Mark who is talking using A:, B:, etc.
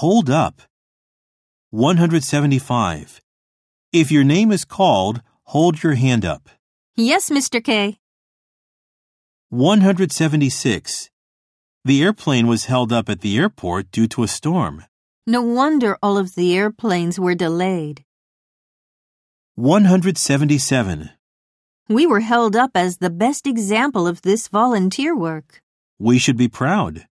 A: Hold up. 175. If your name is called, hold your hand up.
B: Yes, Mr. K.
A: 176. The airplane was held up at the airport due to a storm.
B: No wonder all of the airplanes were delayed.
A: 177.
B: We were held up as the best example of this volunteer work.
A: We should be proud.